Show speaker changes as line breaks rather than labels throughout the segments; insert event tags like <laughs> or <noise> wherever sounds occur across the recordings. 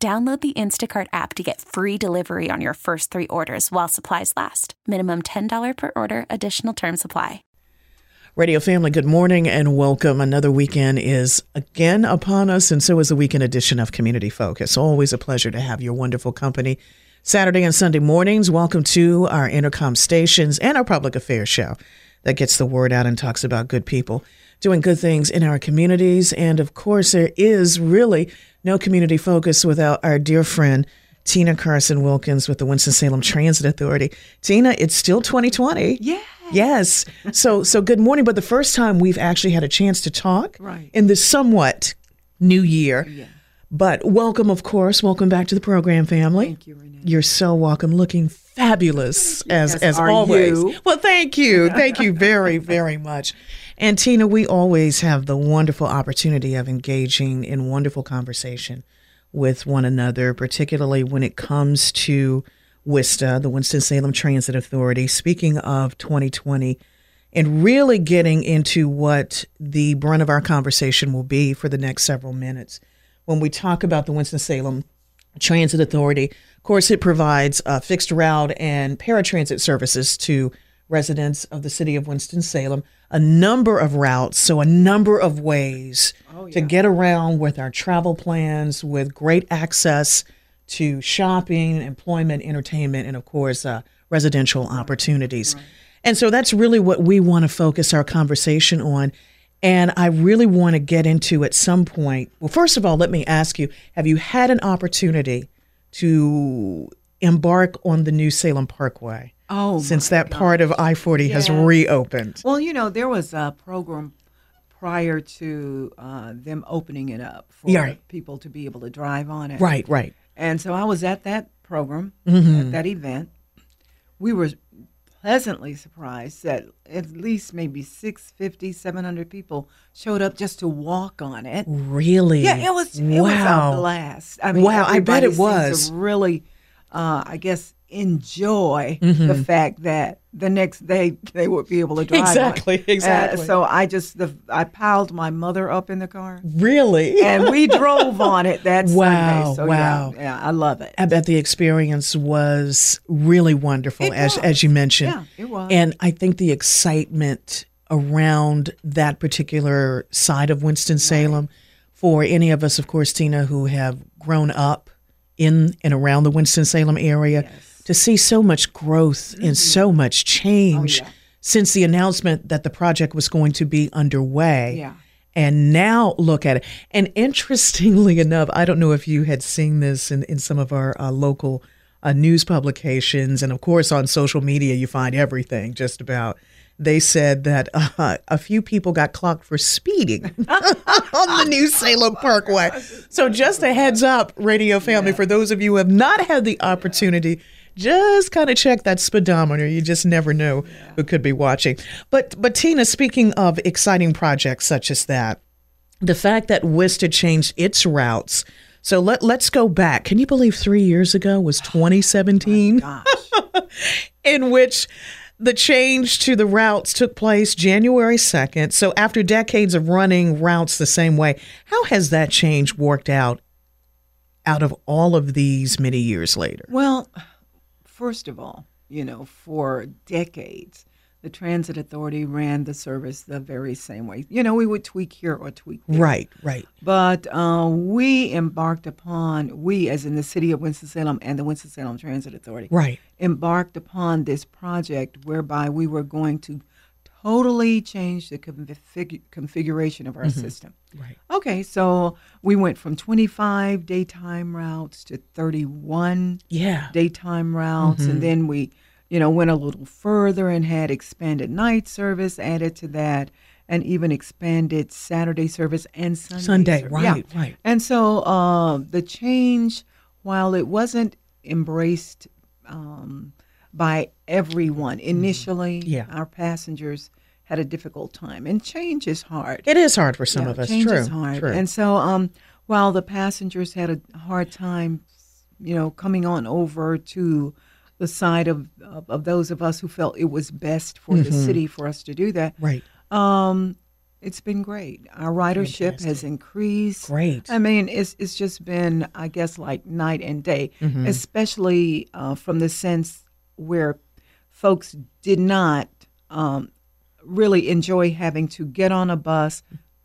Download the Instacart app to get free delivery on your first three orders while supplies last. Minimum $10 per order, additional term supply.
Radio family, good morning and welcome. Another weekend is again upon us, and so is the weekend edition of Community Focus. Always a pleasure to have your wonderful company. Saturday and Sunday mornings, welcome to our intercom stations and our public affairs show that gets the word out and talks about good people doing good things in our communities. And of course, there is really no community focus without our dear friend Tina Carson Wilkins with the Winston-Salem Transit Authority. Tina, it's still 2020.
Yeah.
Yes. So so good morning, but the first time we've actually had a chance to talk
Right.
in this somewhat new year.
Yeah.
But welcome, of course. Welcome back to the program, family.
Thank you, Renee.
You're so welcome. Looking fabulous as
As
as
are
always.
you.
Well, thank
<laughs>
you. Thank you very very much. And Tina, we always have the wonderful opportunity of engaging in wonderful conversation with one another, particularly when it comes to WISTA, the Winston-Salem Transit Authority. Speaking of 2020 and really getting into what the brunt of our conversation will be for the next several minutes. When we talk about the Winston-Salem Transit Authority, of course, it provides uh, fixed route and paratransit services to residents of the city of Winston-Salem, a number of routes, so a number of ways to get around with our travel plans, with great access to shopping, employment, entertainment, and of course, uh, residential opportunities. And so that's really what we want to focus our conversation on. And I really want to get into at some point. Well, first of all, let me ask you have you had an opportunity to embark on the new Salem Parkway
Oh,
since that part of I 40 has reopened?
well, you know, there was a program prior to uh, them opening it up for
Yeah.
people to be able to drive on it.
Right, Mm-hmm. right.
And so I was at that program, at that event. We were pleasantly surprised that at least maybe 650, 700 people showed up just to walk on it.
Really?
Yeah, it was. It was a blast. I mean,
Wow, I bet
everybody
it
seemed
was.
to really, uh, I guess, enjoy the
Mm-hmm.
fact that the next day they would be able to drive. on.
Exactly,
Uh,
exactly.
so I just the, I piled my mother up in
<laughs>
the car,
Really?
and we drove on it that
Wow,
Sunday. So
wow.
Yeah, yeah, I love it.
I bet the experience was really wonderful,
It
as
was.
as you mentioned.
Yeah, it was.
And I think the excitement around that particular side of Winston Salem, for any of us, of course, Tina, who have grown up in and around the Winston Salem area, to see so much growth and so much change since the announcement that the project was going to be underway.
Yeah.
And now look at it. And interestingly <laughs> enough, I don't know if you had seen this in, in some of our uh, local uh, news publications. And of course, on social media, you find everything just about. They said that <laughs> uh, a few people got clocked for speeding on the new Salem Parkway. So, just a heads up, radio family, for those of you who have not had the opportunity just kind of check that speedometer. You just never know who could be watching. But but Tina, speaking of exciting projects such as that, the fact that WISTA changed its routes. So let let's go back. Can you believe three years ago was 2017,
Gosh,
in which the change to the routes took place January 2nd. So after decades of running routes the same way, how has that change worked out? Out of all of these, many years later.
Well, first of all, you know, for decades, the transit authority ran the service the very same way. You know, we would tweak here or tweak there.
Right, right.
But uh, we embarked upon, we as in the city of Winston-Salem and the Winston-Salem Transit Authority,
Right.
embarked upon this project whereby we were going to totally change the config- configuration of our system.
Right.
Okay, so we went from 25 daytime routes to 31
Yeah. Mm-hmm.
daytime routes and then we you know went a little further and had expanded night service added to that and even expanded saturday service and sunday
Sunday,
service.
right, right.
and so uh, the change while it wasn't embraced um, by everyone initially,
Mm-hmm. Yeah.
our passengers had a difficult time, and change is hard.
It is hard for some
Yeah,
of us.
Change
true.
is hard.
True.
And so, um, while the passengers had a hard time, you know, coming on over to the side of, of, of those of us who felt it was best for
Mm-hmm.
the city for us to do that,
right.
um, it's been great. Our ridership has increased.
Great.
I mean, it's it's just been, I guess, like night and day,
Mm-hmm.
especially uh, from the sense where folks did not um, really enjoy having to get on a bus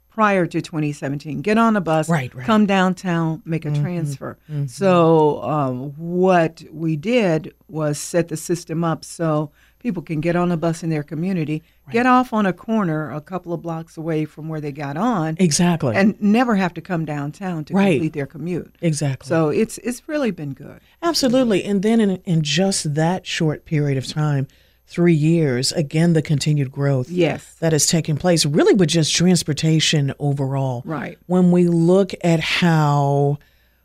prior to 2017. Get on a bus,
Right, Mm-hmm. right.
come downtown, make a transfer. So um, what we did was set the system up so people can get on a bus in their community, get off on a corner a couple of blocks away from where they got on,
Exactly.
and never have to come downtown to
Right.
complete their commute.
exactly.
So it's it's really been good.
Absolutely. And then in, in just that short period of time, three years, again, the continued growth
Yes.
that has taken place really with just transportation overall.
Right.
When we look at how,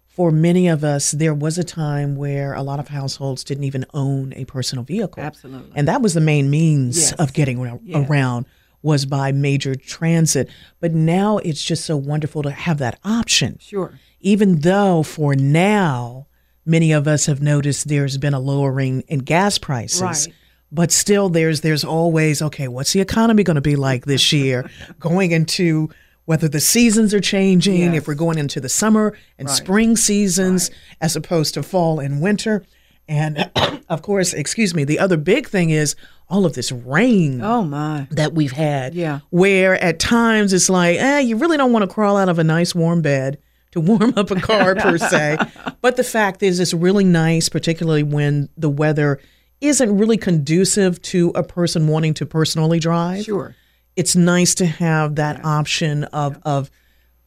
for many of us, there was a time where a lot of households didn't even own a personal vehicle.
Absolutely.
And that was the main means
Yes.
of getting ra-
Yes.
around was by major transit. But now it's just so wonderful to have that option
Sure.
even though for now many of us have noticed there's been a lowering in gas prices
Right.
but still there's there's always okay what's the economy going to be like this
<laughs>
year going into whether the seasons are changing
Yes.
if we're going into the summer and spring seasons as opposed to fall and winter and <clears throat> of course excuse me the other big thing is all of this rain
Oh my.
that we've had.
Yeah.
Where at times it's like, eh, you really don't want to crawl out of a nice warm bed to <laughs> warm up a car per
<laughs>
se. But the fact is, it's really nice, particularly when the weather isn't really conducive to a person wanting to personally drive.
Sure.
It's nice to have that option of, of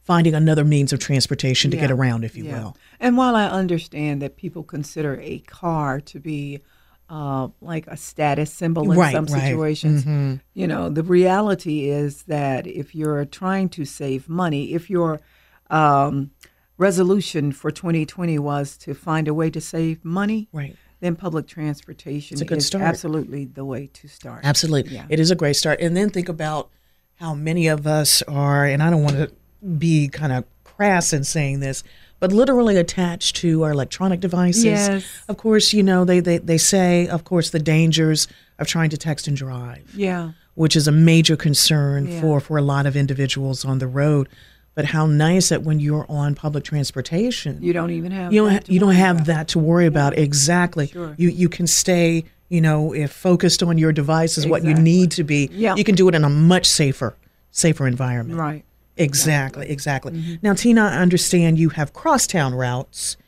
finding another means of transportation to get
Yeah.
around, if you
Yeah.
will.
And while I understand that people consider a car to be uh, like a status symbol in
Right,
some
right. Mm-hmm.
situations, you know, the reality is that if you're trying to save money, if your um, resolution for 2020 was to find a way to save money,
Right.
then public transportation
a good
is
start.
absolutely the way to start.
Absolutely.
Yeah.
It is a great start. And then think about how many of us are, and I don't want to be kind of crass in saying this, but literally attached to our electronic devices.
Yes.
Of course, you know, they, they, they say, of course, the dangers of trying to text and drive,
Yeah.
which is a major concern
Yeah.
for, for a lot of individuals on the road. But how nice that when you're on public transportation,
You don't even have
you don't,
that
ha-
to
you don't
worry
have
about.
that to worry about exactly
Sure.
you you can stay you know if focused on your device is what you need to be
Yeah.
you can do it in a much safer safer environment
Right. Mm-hmm.
exactly exactly now tina i understand you have crosstown routes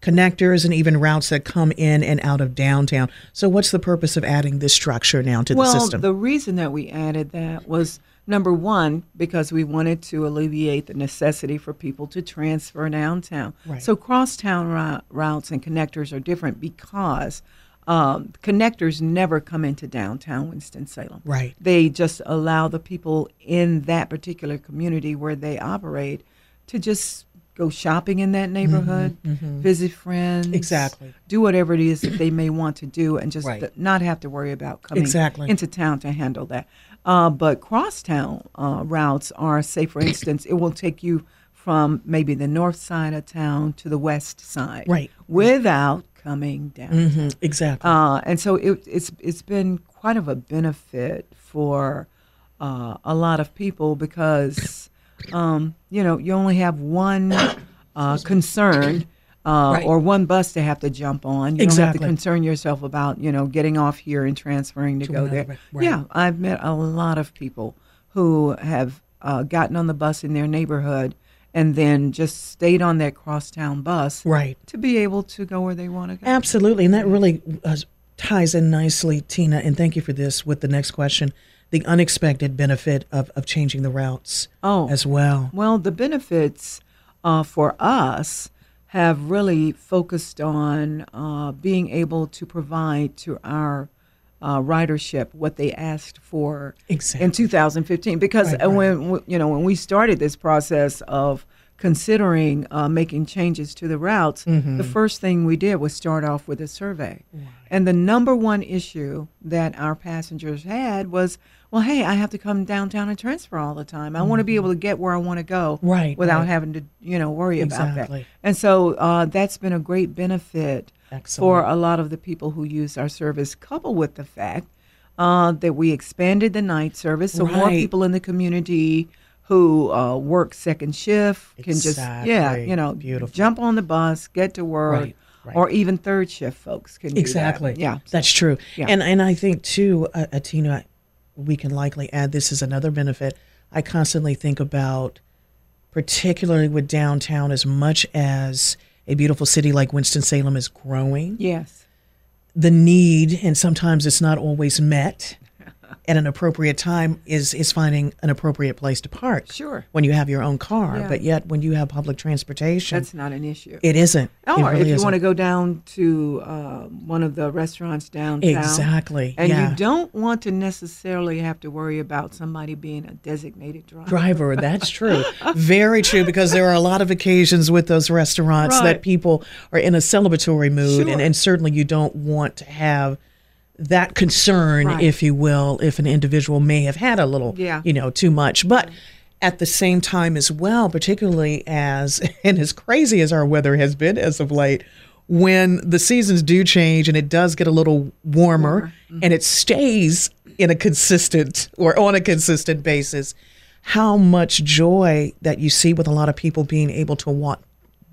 connectors and even routes that come in and out of downtown so what's the purpose of adding this structure now to
well,
the system
the reason that we added that was number one, because we wanted to alleviate the necessity for people to transfer downtown.
Right.
So, crosstown ro- routes and connectors are different because um, connectors never come into downtown Winston-Salem.
Right.
They just allow the people in that particular community where they operate to just go shopping in that neighborhood, visit friends,
Mm-hmm, Exactly.
do whatever it is that they may want to do, and just
Right.
th- not have to worry about coming
Exactly.
into town to handle that. Uh, but crosstown uh, routes are, say, for instance, it will take you from maybe the north side of town to the west side,
Right.
without coming down.
Mhm, exactly
Uh, and so it, it's it's been quite of a benefit for uh, a lot of people because um, you know you only have one uh, concern uh,
Right.
or one bus to have to jump on. You don't have to
Exactly.
concern yourself about you know getting off here and transferring to, go
another
there.
bus, right.
Yeah, I've met a lot of people who have uh, gotten on the bus in their neighborhood and then just stayed on that crosstown bus
right
to be able to go where they want to go.
Absolutely. And that really uh, ties in nicely, Tina, and thank you for this with the next question the unexpected benefit of, of changing the routes
Oh.
as well.
Well, the benefits uh, for us have really focused on uh, being able to provide to our uh, ridership what they asked for
Exactly.
in 2015. Because uh when w- you know when we started this process of considering uh, making changes to the routes,
Mm-hmm.
the first thing we did was start off with a survey. And the number one issue that our passengers had was, well, hey, I have to come downtown and transfer all the time. I want to be able to get where I want to go
Mm-hmm. Right,
without
right.
having to, you know, worry about that.
Exactly.
And so uh, that's been a great benefit for
Excellent.
a lot of the people who use our service, coupled with the fact uh, that we expanded the night service, so more
Right.
people in the community who uh, work second shift can just yeah,
Exactly.
you know,
Beautiful.
jump on the bus, get to work,
Right, right.
or even third shift folks can do that.
Exactly.
Yeah,
that's true.
Yeah.
And and I think too, uh, uh, Tina, we can likely add this as another benefit. I constantly think about, particularly with downtown, as much as a beautiful city like Winston Salem is growing,
yes,
the need, and sometimes it's not always
<laughs>
met. At an appropriate time is is finding an appropriate place to park.
Sure.
When you have your own car,
Yeah.
but yet when you have public transportation,
that's not an issue.
it isn't. It
or if
really
you want to
isn't.
go down to uh, one of the restaurants downtown,
exactly,
and
yeah.
you don't <laughs> want to necessarily have to worry about somebody being a designated driver.
driver. That's true.
<laughs>
Very true, because there are a lot of occasions with those restaurants
Right.
that people are in a celebratory mood,
Sure.
and, and certainly you don't want to have that concern,
Right.
if you will, if an individual may have had a little,
Yeah.
you know, too much. But at the same time, as well, particularly as, <laughs> and as crazy as our weather has been as of late, when the seasons do change and it does get a little warmer
Mm-hmm.
and it stays in a consistent or on a consistent basis, how much joy that you see with a lot of people being able to walk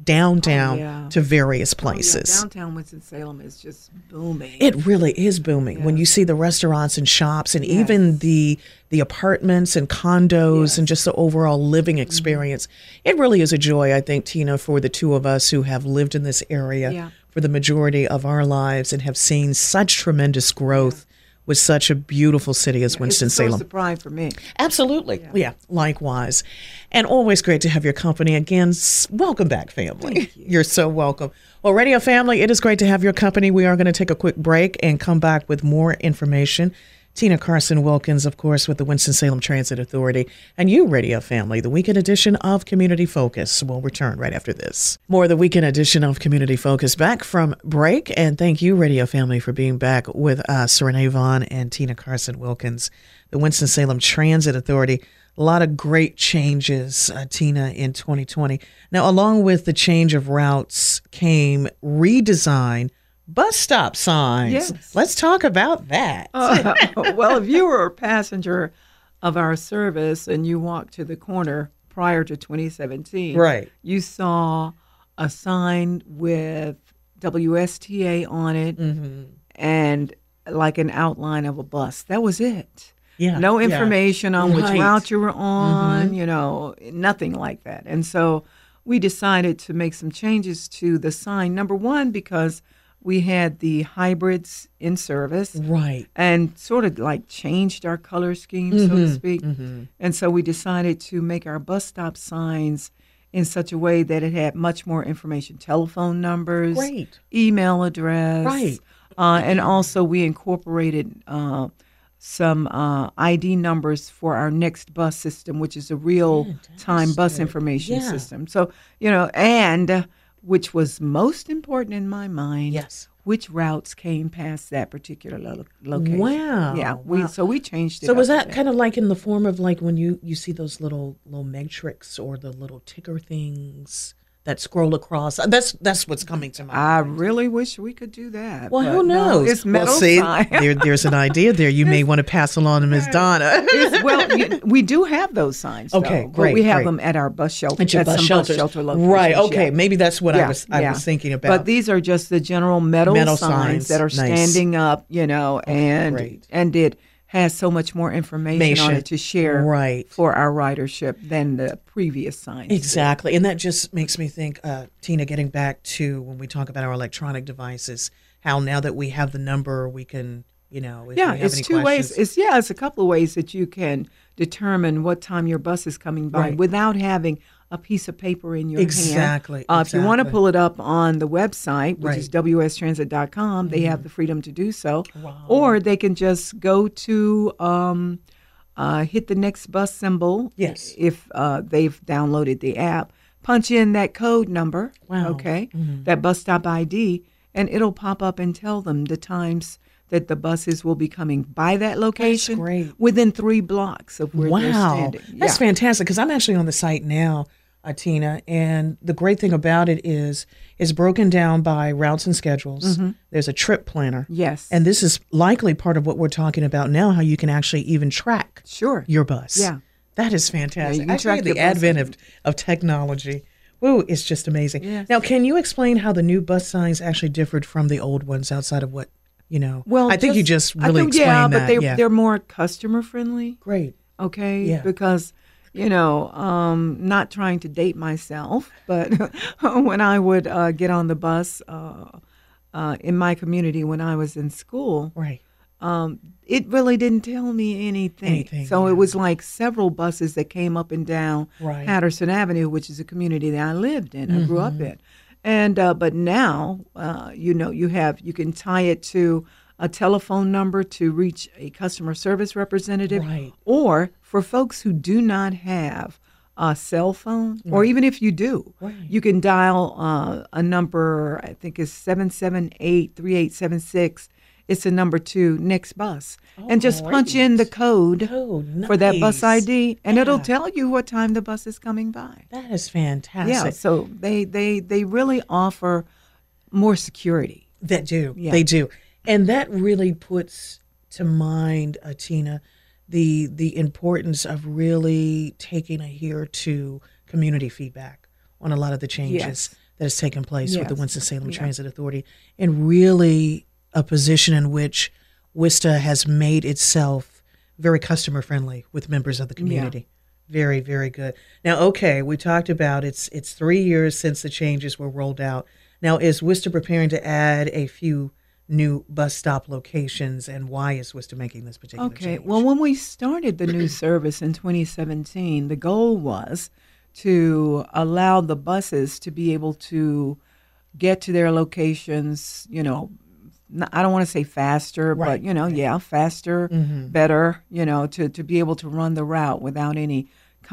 downtown
Oh, yeah.
to various
Yeah,
places.
downtown Winston-Salem is just booming.
It really is booming when you see the restaurants and shops and even the the apartments and condos and just the overall living
Mm-hmm.
experience. It really is a joy, I think, Tina, for the two of us who have lived in this area
Yeah.
for the majority of our lives and have seen such tremendous growth with such a beautiful city as
It's a source
Winston-Salem.
of pride for
<laughs>
me.
Absolutely. Yeah. likewise. And always great to have your company again. S- Welcome back, family. You. are so welcome. Well, radio family, it is great to have your company. We are going to take a quick break and come back with more information. Tina Carson Wilkins, of course, with the Winston-Salem Transit Authority, and you, radio family, the weekend edition of Community Focus will return right after this. More of the weekend edition of Community Focus back from break, and thank you, radio family, for being back with us, Renee Vaughn and Tina Carson Wilkins the Winston-Salem Transit Authority. A lot of great changes, uh, Tina, in 2020. Now, along with the change of routes came redesign bus stop signs.
Yes. Oh.
Let's talk about that. Oh.
<laughs> well, if you were a passenger of our service and you walked to the corner prior to 2017,
Right.
you saw a sign with WSTA on it
Mm.
and like an outline of a bus. That was it.
Yeah,
No
yeah.
information on which
Right. Mm-hmm.
route you were on, you know, nothing like that. And so we decided to make some changes to the sign. Number one, because we had the hybrids in service
right.
and sort of like changed our color scheme, so
Mm-hmm.
to speak. And so we decided to make our bus stop signs in such a way that it had much more information telephone numbers,
Great.
email address.
Right.
Uh, and also, we incorporated uh, some uh, ID numbers for our next bus system, which is a real time bus information
Yeah.
system. So, you know, and uh, which was most important in my mind
Yes.
which routes came past that particular lo- location.
Wow,
Yeah. We
wow.
so we changed it.
So was
up a
that kind of like in the form of like when you you see those little little metrics or the little ticker things that scroll across? Uh, That's that's what's coming to
bit.
mind.
I really wish we could do that.
Well,
but
who
no,
knows?
it's metal
well, see, there, there's an idea there. You may want to pass along to Ms. Donna. <laughs>
well, you, we do have those signs.
Okay,
though,
great,
But we have
great.
them at our bus shelter.
At your bus
some
shelters.
bus shelter locations.
right?
yeah.
Okay, maybe that's what I
Yeah,
was I
yeah.
was thinking about.
But these are just the general metal,
Metal signs,
signs, that are
nice.
standing up, you know, and
great.
and it has so much more information
Information,
on it to share
right.
for our ridership than the previous signs. did.
Exactly. And that just makes me think, uh, Tina, getting back to when we talk about our electronic devices, how now that we have the number, we can, you know, if
yeah
we have
it's
any
two ways
questions-
it's yeah it's a couple of ways that you can determine what time your bus is coming by
Right.
without having a piece of paper in your
Exactly,
hand uh, if you want to
exactly.
pull it up on the website which is
Right. Mm-hmm.
wstransit.com they have the freedom to do so or they can just go to um, uh, hit the next bus symbol
Yes.
if uh, they've downloaded the app punch in that code number,
Wow. Mm-hmm.
okay, that bus stop ID, and it'll pop up and tell them the times that the buses will be coming by that location
great.
within three blocks of where they're
Wow,
standing.
that's
Yeah.
fantastic. Because I'm actually on the site now, uh, Tina, and the great thing about it is it's broken down by routes and schedules.
Mm-hmm.
There's a trip planner,
Yes.
and this is likely part of what we're talking about now. How you can actually even track
sure.
your bus.
Yeah.
that is fantastic.
can
actually,
track
the
your bus
advent of, of technology. Woo, it's just amazing.
Yes.
Now, can you explain how the new bus signs actually differed from the old ones outside of what you know?
Well,
I think you just really
I think,
explained
yeah,
that.
but they
yeah,
they're more customer friendly.
great.
okay
Yeah.
because you know um not trying to date myself <laughs> but when i would uh, get on the bus uh, uh, in my community when i was in school
Right.
um, it really didn't tell me anything,
Anything,
so
yeah.
it was like several buses that came up and down
Right.
patterson avenue which is a community that i lived in i grew up in and uh, but now uh, you know you have you can tie it to a telephone number to reach a customer service representative
Right.
or for folks who do not have a cell phone, or even if you do, you can dial uh, a number, I think is 778 3876. It's a number to Next Bus. and just punch in the code
Oh,
for that bus
nice.
ID, and it'll
Yeah.
tell you what time the bus is coming by.
That is fantastic.
Yeah, so they, they, they really offer more security.
That do.
Yeah.
They do. And that really puts to mind, uh, Tina, the the importance of really taking a here to community feedback on a lot of the changes
Yes.
that has taken place with the
Yes.
Winston-Salem Transit Authority and really a position in which WISTA has made itself very customer friendly with members of the community. Very, very good. Now, okay, we talked about it's it's three years since the changes were rolled out. Now, is Worcester preparing to add a few new bus stop locations, and why is Worcester making this particular
Okay.
change?
Well, when we started
<clears throat>
the new service in 2017, the goal was to allow the buses to be able to get to their locations, you know, n- I don't want to say faster,
Right, Mm-hmm.
but you know, yeah, faster, better, you know, to, to be able to run the route without any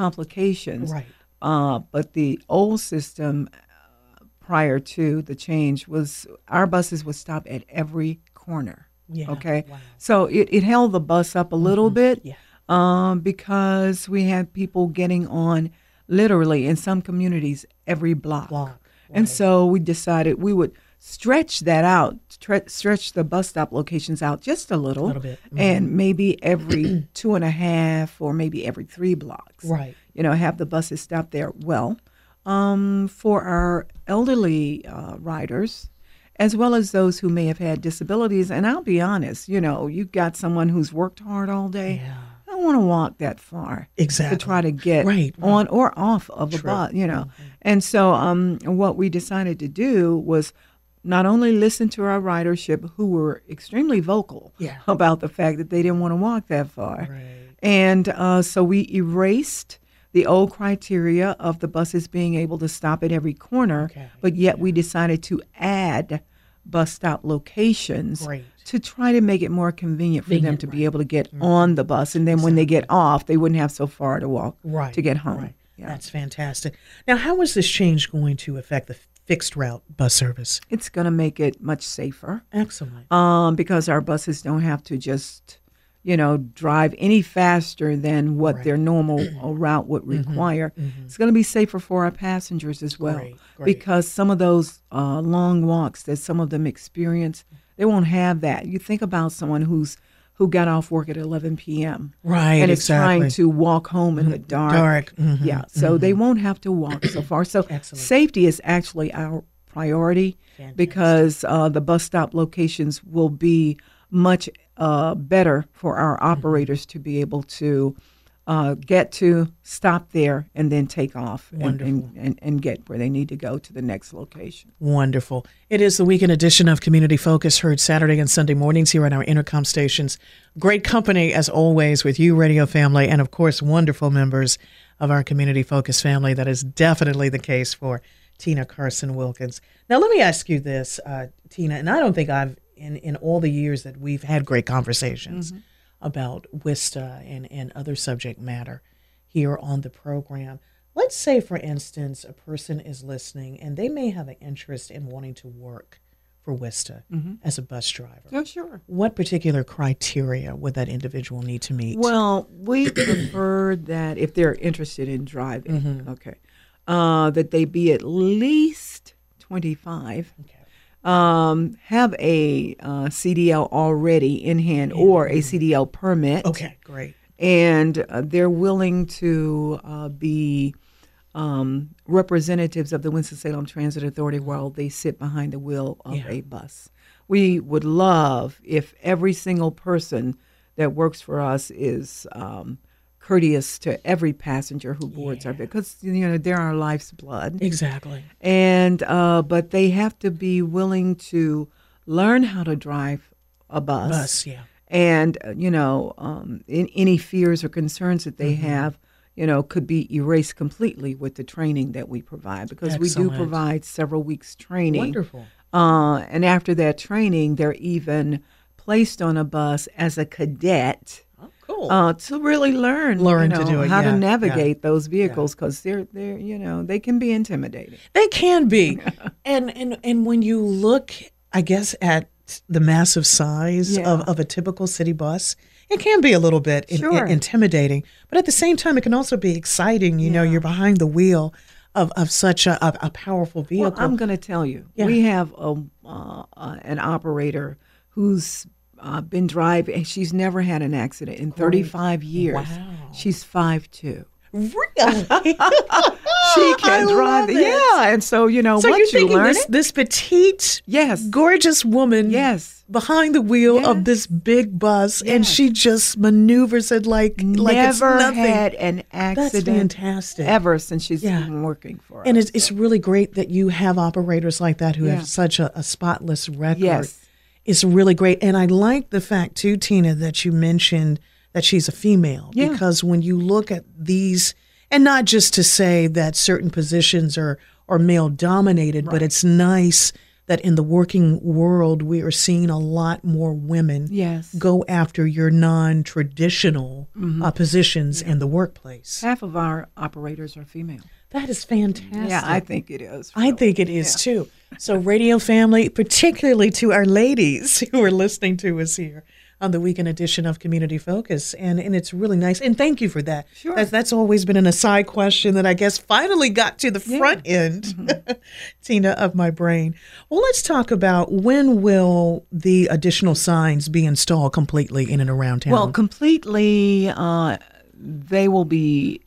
complications.
right,
Uh, but the old system uh, prior to the change was our buses would stop at every corner.
Yeah,
Okay.
wow.
So it, it held the bus up a little bit
Mm-hmm. yeah.
um, because we had people getting on literally in some communities every block.
block.
And so we decided we would stretch that out, tre- stretch the bus stop locations out just a little,
Little bit, Mm-hmm.
and maybe every two and a half or maybe every three blocks
Right,
you know, have the buses stop there. Well, um, for our elderly uh, riders, as well as those who may have had disabilities, and I'll be honest, you know, you've got someone who's worked hard all day. I don't want to walk that far
exactly.
to try to get
Right, Mm-hmm. right.
on or off of a bus, you know. And so, um, what we decided to do was not only listen to our ridership, who were extremely vocal
Yeah.
about the fact that they didn't want to walk that far,
Right.
and uh, so we erased the old criteria of the buses being able to stop at every corner,
Okay.
but yet we decided to add bus stop locations
Great.
to try to make it more convenient for them to be able to get
Mm-hmm.
on the bus. And then when they get off, they wouldn't have so far to walk
Right,
to get home.
right.
Yeah.
That's fantastic. Now, how is this change going to affect the fixed route bus service?
It's going to make it much safer.
Excellent.
um, because our buses don't have to just, you know, drive any faster than what their
<clears throat>
normal uh, route would
Mm-hmm.
require. It's going to be safer for our passengers as well
Great, great.
because some of those uh, long walks that some of them experience, they won't have that. You think about someone who's who got off work at 11 p.m.
Right,
and is
exactly. Mm-hmm.
trying to walk home in the dark.
Dark, mhm,
yeah, so they won't have to walk so far. <clears throat> So safety is actually our priority because uh, the bus stop locations will be much uh, better for our operators to be able to uh, get to, stop there, and then take off and, and, and, and get where they need to go to the next location.
Wonderful. It is the weekend edition of Community Focus, heard Saturday and Sunday mornings here on our intercom stations. Great company, as always, with you, radio family, and of course, wonderful members of our Community Focus family. That is definitely the case for Tina Carson Wilkins. Now, let me ask you this, uh, Tina, and I don't think I've, in, in all the years that we've had great conversations about WISTA and, and other subject matter here on the program. let's say, for instance, a person is listening and they may have an interest in wanting to work for WISTA as a bus driver.
Oh, sure.
What particular criteria would that individual need to meet?
Well, we prefer that if they're interested in driving,
Mm-hmm.
okay, uh, that they be at least 25,
okay.
um, have a uh, CDL already in hand or a CDL permit,
okay, great.
and uh, they're willing to uh, be um, representatives of the Winston-Salem Transit Authority while they sit behind the wheel of a bus. We would love if every single person that works for us is um, courteous to every passenger who boards our because you know they're our life's blood
Exactly.
and uh, but they have to be willing to learn how to drive a
Bus, yeah.
and uh, you know um, in, any fears or concerns that they
Mm-hmm.
have you know could be erased completely with the training that we provide because we do
Excellent.
provide several weeks training
Wonderful.
uh, and after that training they're even placed on a bus as a cadet
Oh, cool.
uh, to really learn, you
Learn to
know,
do it,
how
yeah, yeah.
to navigate those vehicles because they're they're you know they can be intimidating.
They can
<laughs>
be. and and and when you look, I guess, at the massive size
Yeah.
of, of a typical city bus, it can be a little bit in- in-
Sure.
intimidating. But at the same time, it can also be exciting. You know, you're behind the wheel of, of such a, a, a powerful vehicle.
Well, I'm going to tell you,
Yeah.
we have a, uh, uh, an operator who's uh, been driving. She's never had an accident in 35 years.
Wow.
She's five two.
<laughs> really?
<laughs> She can
Oh, I
drive.
love it.
Yeah, and so you know
so
once
you're
you
thinking
learn
this,
it,
this petite,
yes,
gorgeous woman
yes.
behind the wheel of this big bus, and she just maneuvers it like, like it's
never
nothing.
had an
That's
accident
fantastic.
ever since she's
Yeah.
been working for us.
And it's, it's really great that you have operators like that who
Yeah.
have such a, a spotless record.
Yes.
It's really great. And I like the fact, too, Tina, that you mentioned that she's a female.
Yeah.
Because when you look at these, and not just to say that certain positions are, are male dominated, but it's nice that in the working world, we are seeing a lot more women
yes. Mm-hmm.
go after your non traditional uh, positions in the workplace.
Half of our operators are female.
That is fantastic.
Yeah, I think it is.
I think it is too. So, radio family, particularly to our ladies <laughs> who are listening to us here on the weekend edition of Community Focus, and and it's really nice. And thank you for that.
Sure.
that's, that's always been an aside question that I guess finally got to the front end, <laughs> Tina, of my brain. Well, let's talk about when will the additional signs be installed completely in and around town?
Well, completely, uh, they will be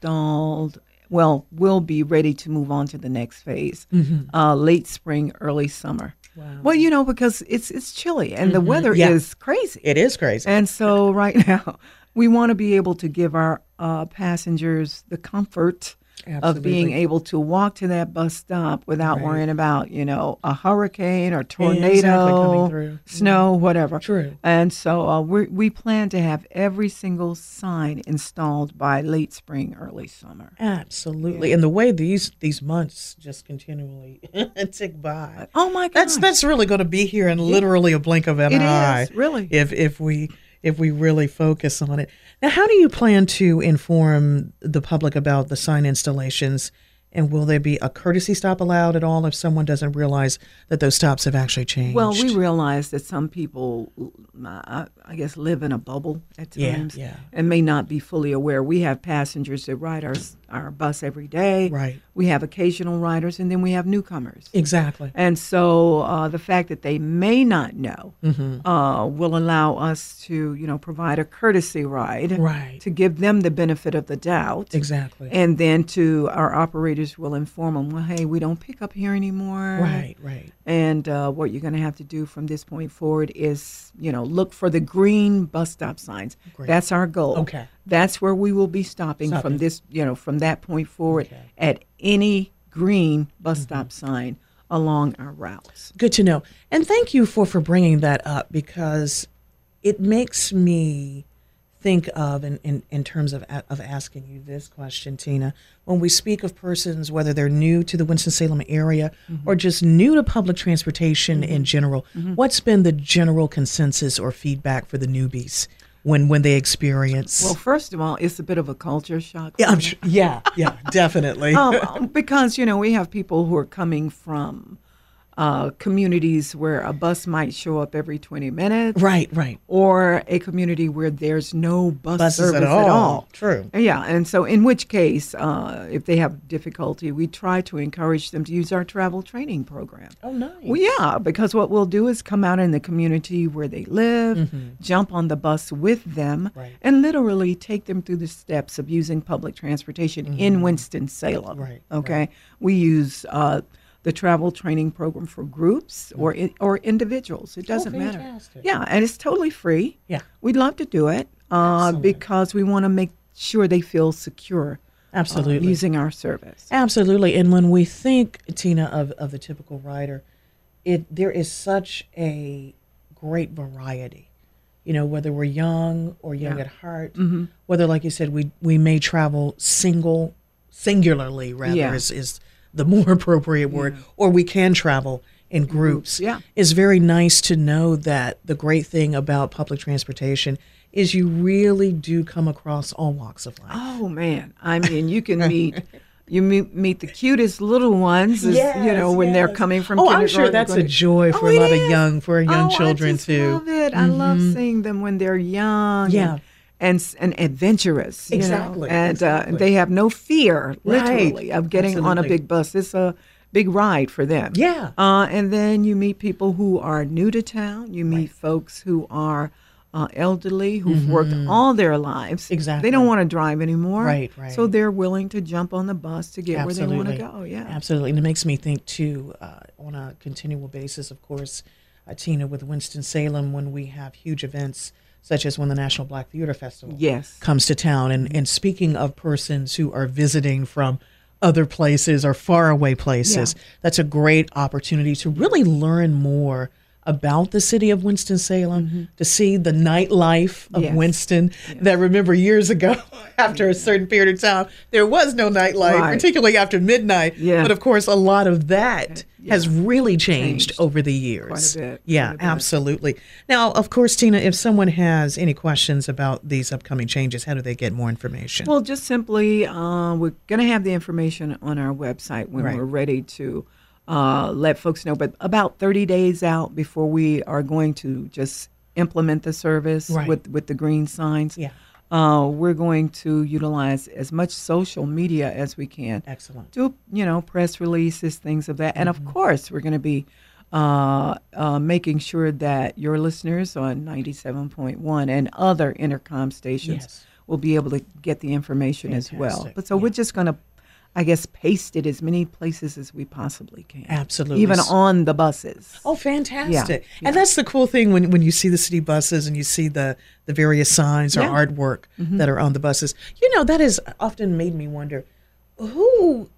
installed. Well, will be ready to move on to the next phase, uh, late spring, early summer. Wow. Well, you know, because it's it's chilly and the weather
Yeah.
is crazy,
it is crazy.
and so <laughs> right now we want to be able to give our uh, passengers the comfort of being able to walk to that bus stop without worrying about you know a hurricane or tornado,
Exactly, coming through. Mm-hmm.
snow, whatever.
True.
And so uh, we we plan to have every single sign installed by late spring, early summer.
Absolutely, and the way these these months just continually <laughs> tick by.
Oh my God!
That's that's really going to be here in literally a blink of an
It is,
eye.
really.
if if we if we really focus on it. Now, how do you plan to inform the public about the sign installations? And will there be a courtesy stop allowed at all if someone doesn't realize that those stops have actually changed?
well, we realize that some people, I, I guess, live in a bubble at
Yeah,
times
yeah.
and may not be fully aware. We have passengers that ride our s- our bus every day.
Right.
We have occasional riders, and then we have newcomers.
exactly.
And so uh, the fact that they may not know
Mm-hmm.
uh, will allow us to, you know, provide a courtesy ride
Right.
to give them the benefit of the doubt.
Exactly.
And then to our operators will inform them, well, hey, we don't pick up here anymore.
right, right.
And uh, what you're going to have to do from this point forward is, you know, look for the green bus stop signs. That's our goal.
Okay.
That's where we will be stopping, from this, you know, from that point forward at any green
Mm-hmm.
bus stop sign along our routes.
Good to know. And thank you for for bringing that up because it makes me think of in, in, in terms of a- of asking you this question, Tina. When we speak of persons, whether they're new to the Winston Salem area or just new to public Mm-hmm. transportation in general, what's been the general consensus or feedback for the newbies when when they experience?
Well, first of all, it's a bit of a culture shock.
yeah,
for
I'm
me.
sure, yeah, yeah, <laughs> definitely.
um, because you know we have people who are coming from uh, communities where a bus might show up every 20 minutes
right, right.
or a community where there's no bus
Buses
service
at all. True.
Yeah, and so in which case, uh, if they have difficulty, we try to encourage them to use our travel training program.
Oh, nice.
Well, yeah, because what we'll do is come out in the community where they live, jump on the bus with them,
Mm-hmm. Right.
and literally take them through the steps of using public transportation in Winston-Salem.
Mm-hmm. Right,
Okay. We use uh, the travel training program for groups or in, or individuals. It doesn't
Mm-hmm.
matter.
Oh, fantastic.
Yeah, and it's totally free.
Yeah.
We'd love to do it uh,
Excellent.
because we want to make sure they feel secure uh,
Absolutely.
using our service.
Absolutely. And when we think, Tina, of, of the typical rider, it there is such a great variety. You know, whether we're young or young at heart,
Mm-hmm.
whether like you said, we we may travel single singularly rather
Yeah.
is, is the more <laughs> appropriate word, or we can travel in groups.
Mm-hmm. yeah.
It's very nice to know that the great thing about public transportation is you really do come across all walks of life.
Oh man! I mean, you <laughs> can meet you meet, meet the cutest little ones, as, you know,
Yes,
when they're
yes.
coming from.
Oh, I'm sure
kindergarten,
that's a
going to-
joy for
Oh,
a
it
lot of
is. Oh,
young for young children
I just
too. Mm-hmm.
Love it. I love seeing them when they're young.
Yeah.
And, and, s- and adventurous, you know,
Exactly,
and
exactly.
Uh, they have no fear, literally,
Right,
of getting on a
absolutely.
big bus. It's a big ride for them.
Yeah.
Uh, and then you meet people who are new to town. You meet folks who are uh, elderly, who've worked all their lives.
Mm-hmm. Exactly.
They don't want to drive anymore.
Right,
So
right.
they're willing to jump on the bus to get
Absolutely.
where they want to go. Yeah.
Absolutely. And it makes me think too, uh, on a continual basis, of course, uh, Tina, with Winston-Salem, when we have huge events such as when the National Black Theater Festival
Yes.
comes to town. And, and speaking of persons who are visiting from other places or faraway places, that's a great opportunity to really learn more about the city of Winston-Salem, to see the nightlife of
Mm-hmm. Yes.
Winston that remember years ago <laughs> after a certain period of time, there was no nightlife,
Right.
particularly after midnight.
Yeah.
But of course, a lot of that has really changed,
Changed.
over the years.
Quite a bit,
Yeah,
quite a bit.
absolutely. Now, of course, Tina, if someone has any questions about these upcoming changes, how do they get more information?
Well, just simply, uh, we're going to have the information on our website when
Right.
we're ready to uh, let folks know. But about 30 days out before we are going to just implement the service
Right.
with, with the green signs,
Yeah.
uh, we're going to utilize as much social media as we can.
Excellent.
Do, you know, press releases, things of that. And
Mm-hmm.
of course, we're going to be uh, uh, making sure that your listeners on 97.1 and other intercom stations
Yes.
will be able to get the information as well.
Fantastic,
But so we're just going to, I guess, paste it as many places as we possibly can.
Absolutely.
Even on the buses.
Oh, fantastic. And that's the cool thing when, when you see the city buses and you see the, the various signs or
Yeah. Mm-hmm.
artwork that are on the buses. You know, that has often made me wonder who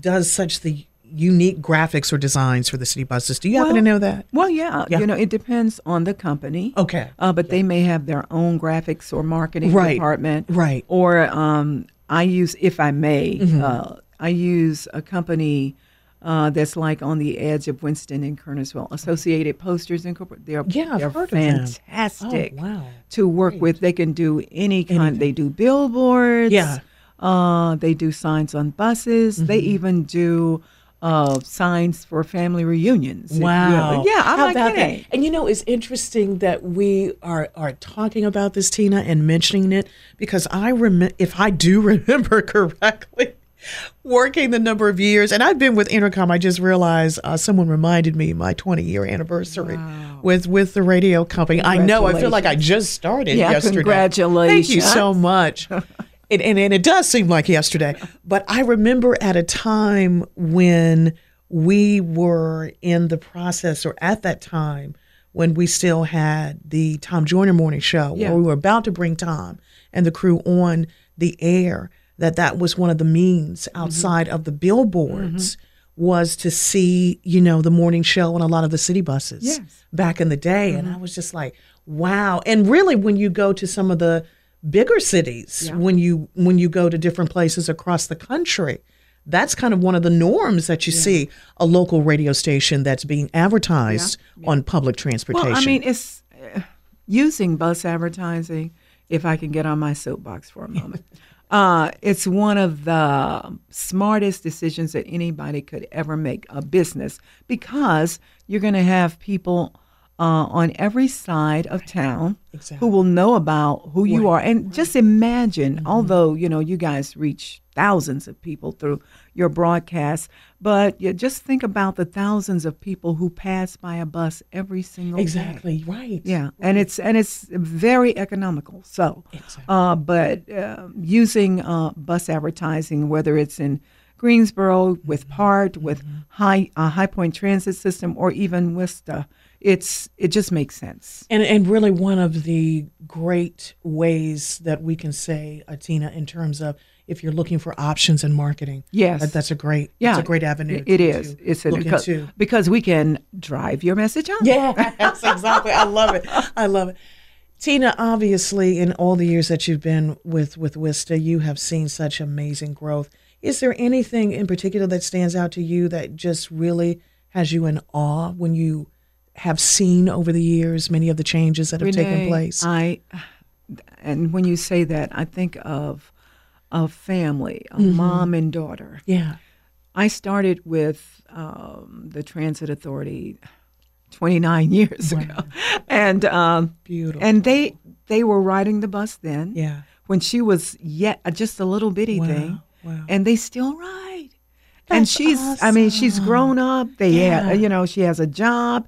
does such the unique graphics or designs for the city buses? Do you happen
Well-
to know that?
Well, yeah,
Yeah.
you know, it depends on the company.
Okay.
Uh, but they may have their own graphics or marketing
Right,
department.
right. Mm-hmm.
Or um, I use, if I may, uh, I use a company uh, that's like on the edge of Winston and Kernersville, Associated Posters Incorporated. They're,
Yeah, I've
they're
heard of them.
fantastic
Oh, wow.
to work with. They can do any kind, they do billboards.
Yeah. Mm-hmm.
Uh, they do signs on buses. They even do uh, signs for family reunions. if you will.
Wow.
Yeah, I'm
How
like,
about
it
that?
ain't.
And you know, it's interesting that we are are talking about this, Tina, and mentioning it because I remember, if I do <laughs> remember correctly, working the number of years, and I've been with Intercom. I just realized uh, someone reminded me my 20 year anniversary with with the radio company. I know. I feel like I just started
Yeah,
yesterday. Thank you
congratulations.
so much. And, and, and it does seem like yesterday, but I remember at a time when we were in the process, or at that time when we still had the Tom Joyner morning show,
Yeah.
where we were about to bring Tom and the crew on the air, that that was one of the means
Mm-hmm.
outside of the billboards was to see, you know, the morning show on a lot of the city buses
Yes. Mm-hmm.
back in the day. And I was just like, wow. And really when you go to some of the bigger cities, when you when you go to different places across the country, that's kind of one of the norms that you see a local radio station that's being advertised on public transportation.
Well, I mean, it's uh, using bus advertising if I can get on my soapbox for a moment. Uh, it's one of the smartest decisions that anybody could ever make a business because you're going to have people uh, on every side of town
Exactly.
who will know about who you are. And just imagine, although you know you guys reach thousands of people through your broadcast, but you just think about the thousands of people who pass by a bus every single day.
Exactly. Right.
Yeah, and it's and it's very economical. So, uh, but uh, using uh, bus advertising, whether it's in Greensboro
Mm-hmm.
with Part, with High uh, High Point Transit System, or even Wista, it's it just makes sense.
And and really one of the great ways that we can say, Atina, in terms of if you're looking for options in marketing.
Yes.
that- that's a great
Yeah,
that's a great avenue.
It
to-
is.
to
It's an,
look
because,
into.
because we can drive your message on.
Yeah, <laughs> that's exactly. I love it. I love it. Tina, obviously, in all the years that you've been with with Wista, you have seen such amazing growth. Is there anything in particular that stands out to you that just really has you in awe when you have seen over the years many of the changes that have taken
Renee, Uh,
place?
I and when you say that, I think of a family, a
Mm-hmm.
mom and daughter.
yeah.
I started with um, the Transit Authority 29 years ago, <laughs> and um,
Beautiful.
and they they were riding the bus then.
yeah.
When she was yet just a little bitty
Wow,
thing,
wow.
and they still ride. and
That's
she's I mean she's grown up. They
Yeah.
have, you know she has a job.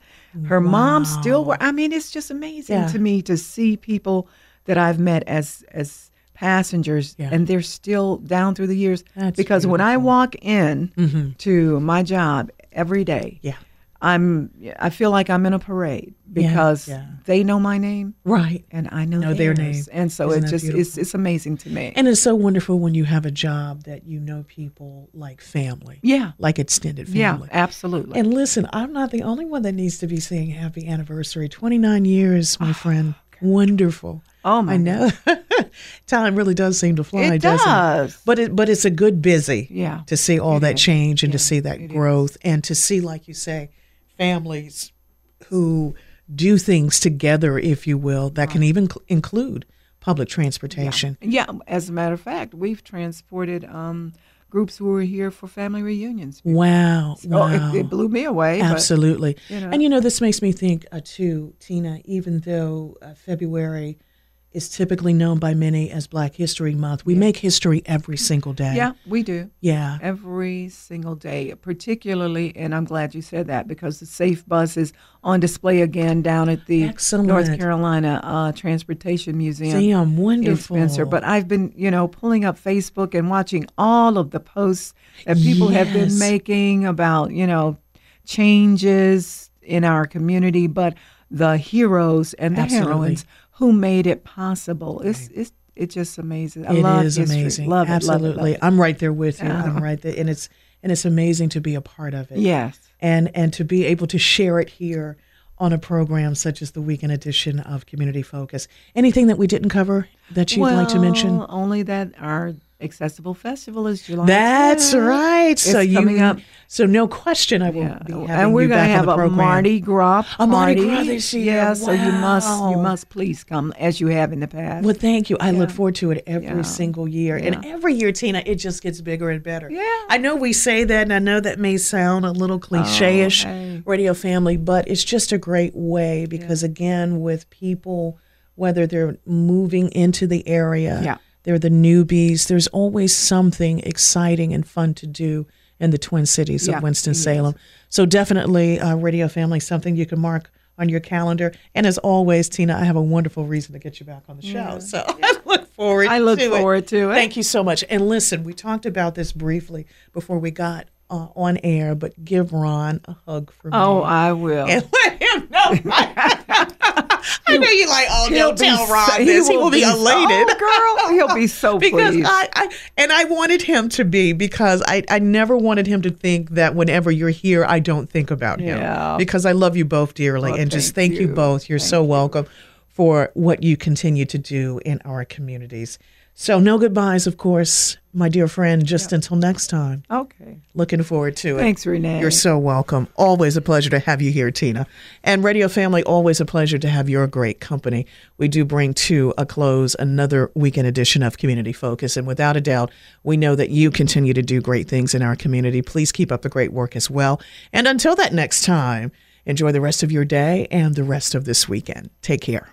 Her mom still wor- I mean it's just amazing
Yeah.
to me to see people that I've met as as passengers
Yeah.
and they're still down through the years
That's Mm-hmm.
because when I walk in to my job every day
Yeah.
I'm I feel like I'm in a parade because
yeah.
they know my name
Right.
and I know,
Know their
theirs.
name.
and so
Isn't
it
that
just it's, it's amazing to me
And it's so wonderful when you have a job that you know people like family.
yeah
Like extended
yeah
family.
absolutely
And listen, I'm not the only one that needs to be saying happy anniversary. 29 years,
Ah,
my friend. Wonderful.
Oh, my
I know. <laughs> Time really does seem to fly,
It
doesn't
does.
it? But it but it's a good busy.
Yeah.
To see all that change and to see that growth and to see like you say families who do things together if you will that can even cl- include public transportation.
Yeah, as a matter of fact, we've transported um, groups who were here for family reunions.
Wow.
Oh,
wow.
it, it blew me away. but-
Absolutely.
you know.
And you know, this makes me think uh, too, Tina, even though uh, February is typically known by many as Black History Month, we make history every single day.
yeah, we do
Yeah.
every single day, particularly, and I'm glad you said that because the Safe Bus is on display again down at the
Excellent.
North Carolina uh, Transportation Museum.
See, I'm
in
wonderful.
Spencer, but I've been, you know, pulling up Facebook and watching all of the posts that people have been
Yes.
making about, you know, changes in our community, but the heroes and the
Absolutely.
heroines who made it possible. It's it's it just amazing. I
It
love
is
history.
amazing.
Love it, love it,
Absolutely.
love it.
I'm right there with you. I'm right there. And it's and it's amazing to be a part of it.
Yes.
and and to be able to share it here on a program such as the weekend edition of Community Focus. Anything that we didn't cover that you'd like to mention?
Well, only that our accessible festival is July.
That's
10th.
right. so you
coming up.
So no question, I will
Yeah,
be having
and we're
you
gonna
back on
have
the
a
program.
Mardi Gras
A Mardi
party.
Gras this year.
Yeah, so you must you
Wow.
must please come as you have in the past.
Well, thank you. I look forward to it every
Yeah.
single year. And every year, Tina, it just gets bigger and better.
Yeah.
I know we say that, and I know that may sound a little cliche ish,
Oh, hey.
radio family, but it's just a great way because, again, with people, whether they're moving into the area,
Yeah.
they're the newbies, there's always something exciting and fun to do in the Twin Cities
Yeah.
of Winston-Salem. So definitely, uh, Radio Family, something you can mark on your calendar. And as always, Tina, I have a wonderful reason to get you back on the show. So <laughs> I look forward.
I look
to it.
forward to it.
Thank you so much. And listen, we talked about this briefly before we got uh, on air, but give Ron a hug for
Oh,
me.
I will.
<laughs> and let him know. <laughs> I
<laughs>
know you like, oh,
He'll
no, tell
be- <laughs>
Ron this. He will be, elated.
Oh, girl, he'll be
<laughs>
so
because
pleased.
I, I and I wanted him to be because I, I never wanted him to think that whenever you're here I don't think about him
Yeah.
because I love you both dearly
Well,
and just
thank
thank you,
you.
both you're so welcome for what you continue to do in our communities So, no goodbyes, of course, my dear friend, just until next time.
Okay.
Looking forward to it.
Thanks, Renee.
You're so welcome. Always a pleasure to have you here, Tina. And Radio Family, always a pleasure to have your great company. We do bring to a close another weekend edition of Community Focus. And without a doubt, we know that you continue to do great things in our community. Please keep up the great work as well. And until that next time, enjoy the rest of your day and the rest of this weekend. Take care.